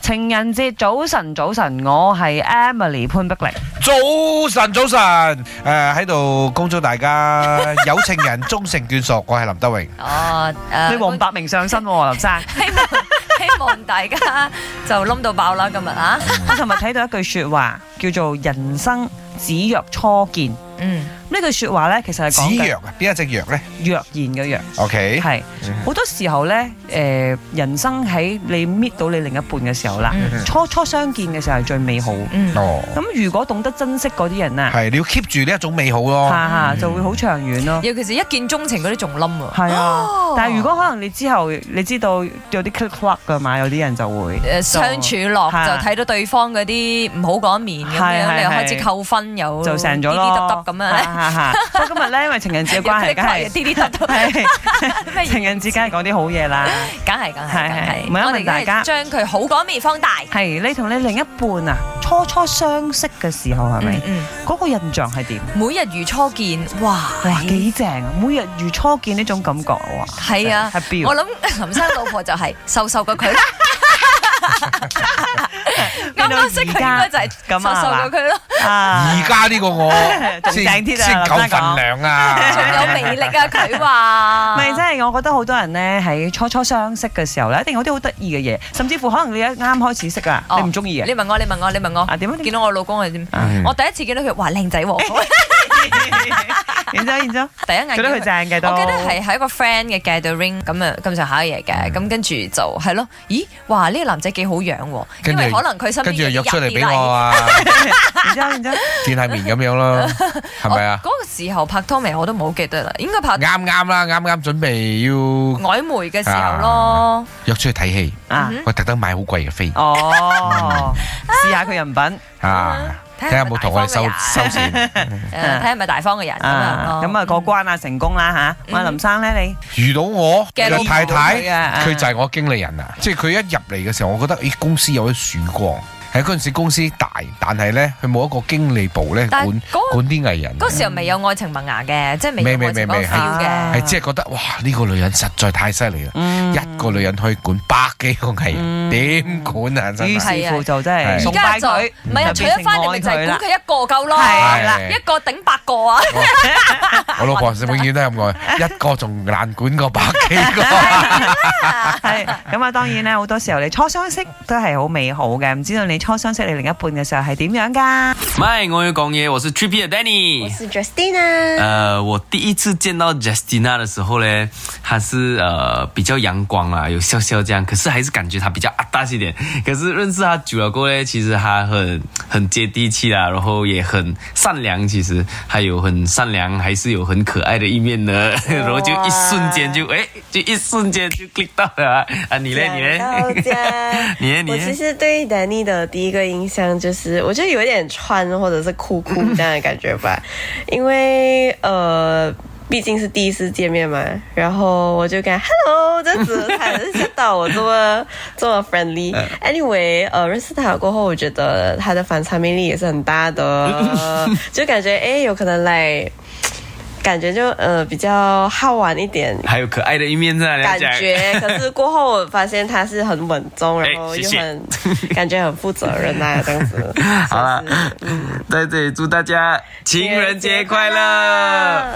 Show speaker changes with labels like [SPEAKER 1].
[SPEAKER 1] 情人節早晨，早晨，我係 Emily 潘碧玲。
[SPEAKER 2] 早晨，早晨，誒喺度恭祝大家有情人終成眷屬，我係林德榮。
[SPEAKER 3] 哦，誒，
[SPEAKER 1] 你黃百鳴上身喎，林生。
[SPEAKER 3] 希望希望大家就冧到爆啦，今日啊，
[SPEAKER 1] 我尋日睇到一句説話，叫做人生只若初見。呢
[SPEAKER 3] 嗯，
[SPEAKER 1] 句説話咧，其 實係講
[SPEAKER 2] 子
[SPEAKER 1] 緊
[SPEAKER 2] 藥啊，邊一隻藥咧
[SPEAKER 1] 若然嘅若，
[SPEAKER 2] ？OK，
[SPEAKER 1] 係
[SPEAKER 2] 嗯
[SPEAKER 1] 好多時候咧，誒、人生喺你搣到你另一半嘅時候啦，
[SPEAKER 3] 嗯
[SPEAKER 1] 初初相見嘅時候係最美好。
[SPEAKER 3] 嗯，
[SPEAKER 2] 哦，
[SPEAKER 1] 咁如果懂得珍惜嗰啲人啊，
[SPEAKER 2] 係你要 keep 住呢一種美好咯。
[SPEAKER 1] 下
[SPEAKER 3] 哦
[SPEAKER 1] 下就會好長遠咯。
[SPEAKER 3] 尤其是一見鍾情嗰啲仲冧喎，
[SPEAKER 1] 係啊
[SPEAKER 3] 嗯哦，
[SPEAKER 1] 但係如果可能你之後你知道有啲 click clock 噶嘛，有啲人就會
[SPEAKER 3] 誒呃相處落
[SPEAKER 1] 係
[SPEAKER 3] 就睇到對方嗰啲唔好嗰一面
[SPEAKER 1] 係
[SPEAKER 3] 咁
[SPEAKER 1] 係
[SPEAKER 3] 樣，你又
[SPEAKER 1] 係
[SPEAKER 3] 開始扣分，又
[SPEAKER 1] 就成咗
[SPEAKER 3] 哦滴滴
[SPEAKER 1] 咯
[SPEAKER 3] 答，答咁樣，
[SPEAKER 1] 哈 哈哈所以今日咧，因為情人節嘅關係，梗 係
[SPEAKER 3] 滴滴答答，
[SPEAKER 1] 係
[SPEAKER 3] 咩
[SPEAKER 1] 情人節梗係講啲好嘢啦。
[SPEAKER 3] 梗係梗
[SPEAKER 1] 係係
[SPEAKER 3] 係
[SPEAKER 1] 唔
[SPEAKER 3] 梗
[SPEAKER 1] 係
[SPEAKER 3] 係，
[SPEAKER 1] 因
[SPEAKER 3] 我
[SPEAKER 1] 為
[SPEAKER 3] 哋
[SPEAKER 1] 大
[SPEAKER 3] 梗
[SPEAKER 1] 家
[SPEAKER 3] 係將佢好嗰一面放大，
[SPEAKER 1] 係你同你另一半啊，初初相識嘅時候係咪
[SPEAKER 3] 嗯？嗯，
[SPEAKER 1] 嗰個印象係點？
[SPEAKER 3] 每日如初見，哇，
[SPEAKER 1] 哇，幾正啊！每日如初見呢種感覺哇，
[SPEAKER 3] 係啊
[SPEAKER 1] 真係 happy
[SPEAKER 3] 我
[SPEAKER 1] 喎
[SPEAKER 3] 諗 林生老婆就係瘦瘦過佢啦。啱啱識佢應該就係瘦瘦過佢咯，
[SPEAKER 1] 啊
[SPEAKER 2] 而家呢個我
[SPEAKER 1] 仲
[SPEAKER 2] 先
[SPEAKER 1] 正啲啊
[SPEAKER 2] 先夠
[SPEAKER 1] 林生講
[SPEAKER 2] 份 量啊！
[SPEAKER 3] 仲有魅力啊佢話。
[SPEAKER 1] 咪真 係，我啊覺得好多人咧喺初初相識嘅時候咧，一定有啲好得意嘅嘢，甚至乎可能你一啱開始識啊，
[SPEAKER 3] 哦
[SPEAKER 1] 你唔中意嘅
[SPEAKER 3] 你問我，你問我，你問我，
[SPEAKER 1] 啊點啊？
[SPEAKER 3] 見到我老公係點？
[SPEAKER 2] 嗯
[SPEAKER 3] 我第一次見到佢，哇靚仔喎！
[SPEAKER 1] 然之後，然之後，
[SPEAKER 3] 第一眼
[SPEAKER 1] 覺得佢
[SPEAKER 3] 見到
[SPEAKER 1] 正嘅都。
[SPEAKER 3] 我記得係喺一個 friend 嘅 gathering 咁啊咁上下嘢嘅，咁跟住就係咯，咦哇呢個男仔幾好樣喎，因為
[SPEAKER 2] 跟住
[SPEAKER 3] 可能佢身邊
[SPEAKER 2] 跟住又約
[SPEAKER 3] 有啲
[SPEAKER 2] 出
[SPEAKER 3] 人
[SPEAKER 2] 嚟俾
[SPEAKER 3] 啲
[SPEAKER 2] 我
[SPEAKER 3] 禮
[SPEAKER 2] 啊，
[SPEAKER 1] 然之後，然之後，
[SPEAKER 2] 見下面咁 樣咯，係咪啊？
[SPEAKER 3] 我嗰個時候拍拖未，我都冇記得啦，應該拍
[SPEAKER 2] 啱啱啦，啱啱準備要
[SPEAKER 3] 曖昧嘅時候咯。
[SPEAKER 2] 約出去睇戲，
[SPEAKER 1] 啊，
[SPEAKER 3] 嗯
[SPEAKER 2] 我特登買好貴嘅飛
[SPEAKER 1] 哦，試下佢人品
[SPEAKER 2] 啊，睇下有冇同我哋收收錢。
[SPEAKER 3] 誒睇下係咪大方嘅人咁樣哦嗯
[SPEAKER 1] 啊
[SPEAKER 3] 咯，
[SPEAKER 1] 咁啊過關啊，成功啦吓。我話
[SPEAKER 3] 嗯
[SPEAKER 1] 林生咧，你
[SPEAKER 2] 遇到我
[SPEAKER 3] 嘅
[SPEAKER 2] 嘅太
[SPEAKER 1] 老婆啊
[SPEAKER 2] 太，佢就係我經理人啊！即係佢一入嚟嘅時候，我覺得咦公司有啲曙光。喺嗰陣時公司大，但係咧佢冇一個經理部咧
[SPEAKER 3] 但
[SPEAKER 2] 管
[SPEAKER 3] 係嗰
[SPEAKER 2] 管啲藝人，啊
[SPEAKER 3] 嗰時候未有愛情萌芽嘅，即係未
[SPEAKER 2] 未
[SPEAKER 3] 有愛情嗰個
[SPEAKER 2] 未未
[SPEAKER 3] feel
[SPEAKER 1] 啊
[SPEAKER 3] 嘅。
[SPEAKER 2] 係即係覺得哇呢個女人實在太犀利啦！
[SPEAKER 1] 嗯
[SPEAKER 2] 一個女人可以管百幾個藝
[SPEAKER 1] 嗯
[SPEAKER 2] 人，點管啊真
[SPEAKER 1] 於
[SPEAKER 2] 係！
[SPEAKER 1] 是乎就真係
[SPEAKER 2] 係
[SPEAKER 1] 崇
[SPEAKER 3] 而
[SPEAKER 1] 拜
[SPEAKER 3] 家就
[SPEAKER 1] 佢，
[SPEAKER 3] 唔係啊，
[SPEAKER 1] 就
[SPEAKER 3] 娶
[SPEAKER 1] 變成
[SPEAKER 3] 咗翻嚟咪就
[SPEAKER 1] 愛佢
[SPEAKER 3] 係
[SPEAKER 1] 啦
[SPEAKER 3] 估佢一個夠咯，
[SPEAKER 1] 係啦
[SPEAKER 3] 一個頂八個啊！
[SPEAKER 2] 我老婆永遠都係咁 講，一個仲難管過百幾個。
[SPEAKER 1] 係咁啊，當然咧，好多時候你初相識都係好美好嘅，唔知道你初相識你另一半嘅時候係點樣㗎？
[SPEAKER 4] 咪，我要講嘢，我是 Trippy 的
[SPEAKER 5] 我
[SPEAKER 4] Danny。
[SPEAKER 5] 是 Justina。
[SPEAKER 4] 呃，我第一次见到 Justina 的时候呢，她是呃比较阳光啊，有笑笑这样，可是还是感觉她比较阿大一点。可是认识她久了过后呢，其实她很很接地气啦，然后也很善良，其实还有很善良，还是有很可爱的一面的。 然后就一瞬间就哎，就一瞬间就 click 到了啊啊！你呢？你
[SPEAKER 5] 到
[SPEAKER 4] 呢？
[SPEAKER 5] 家
[SPEAKER 4] 你呢你呢
[SPEAKER 5] 我其实对 Danny 的第一个印象就是，我觉得有点穿或者是酷酷这样的感觉 吧，因为呃。毕竟是第一次见面嘛，然后我就跟他 “hello” 这样子，他也是吓到我这么这么 friendly。Anyway，呃，认识他过后，我觉得他的反差魅力也是很大的， 就感觉诶，有可能来，感觉就呃比较好玩一点，
[SPEAKER 4] 还有可爱的一面在那
[SPEAKER 5] 感
[SPEAKER 4] 里啊讲。
[SPEAKER 5] 觉，可是过后我发现他是很稳重，然 后
[SPEAKER 4] 哎谢
[SPEAKER 5] 又
[SPEAKER 4] 谢
[SPEAKER 5] 很感觉很负责任啊，这样 子。
[SPEAKER 4] 好啦，在这里祝大家情人节快乐。